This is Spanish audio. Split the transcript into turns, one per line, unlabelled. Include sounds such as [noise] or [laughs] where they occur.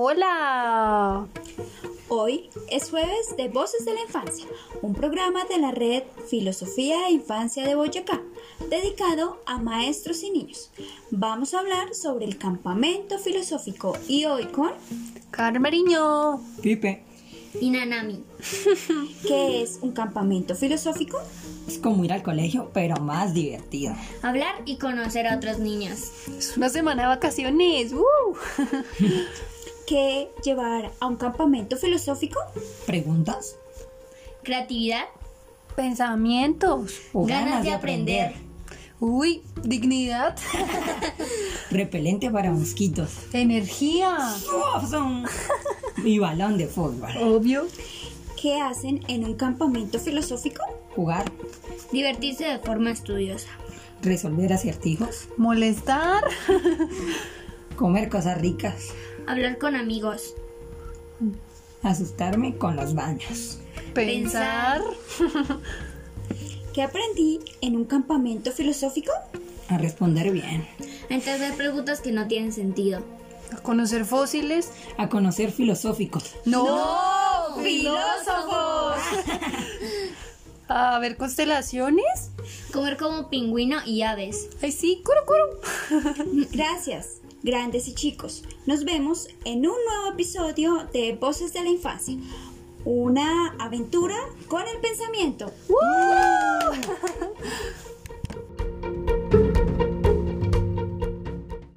Hola.
Hoy es jueves de Voces de la Infancia, un programa de la red Filosofía e Infancia de Boyacá, dedicado a maestros y niños. Vamos a hablar sobre el campamento filosófico y hoy con
Carmeriño.
Pipe,
y Nanami.
[laughs] ¿qué es un campamento filosófico?
es como ir al colegio, pero más divertido.
Hablar y conocer a otros niños.
Es una semana de vacaciones. uh. ¡Woo!
¿Qué llevar a un campamento filosófico?
¿Preguntas?
Creatividad.
[laughs] Pensamientos.
¿O
Ganas de aprender.
Uy, [laughs] dignidad.
Repelente para mosquitos.
Energía.
[laughs] y balón de fútbol.
Obvio.
¿Qué hacen en un campamento filosófico?
Jugar,
Divertirse de forma estudiosa.
resolver acertijos,
[laughs] Molestar.
comer cosas ricas,
Hablar con amigos.
asustarme con los baños.
Pensar.
Pensar.
¿Qué aprendí en un campamento filosófico?
A responder bien.
A Entender preguntas que no tienen sentido.
Conocer fósiles.
A conocer filosóficos.
No. filósofos. [laughs] A ver constelaciones.
Comer como pingüino y aves.
Ay, sí, curu, curu.
Gracias, grandes y chicos. Nos vemos en un nuevo episodio de Voces de la Infancia. Una aventura con el pensamiento.
¡Woo!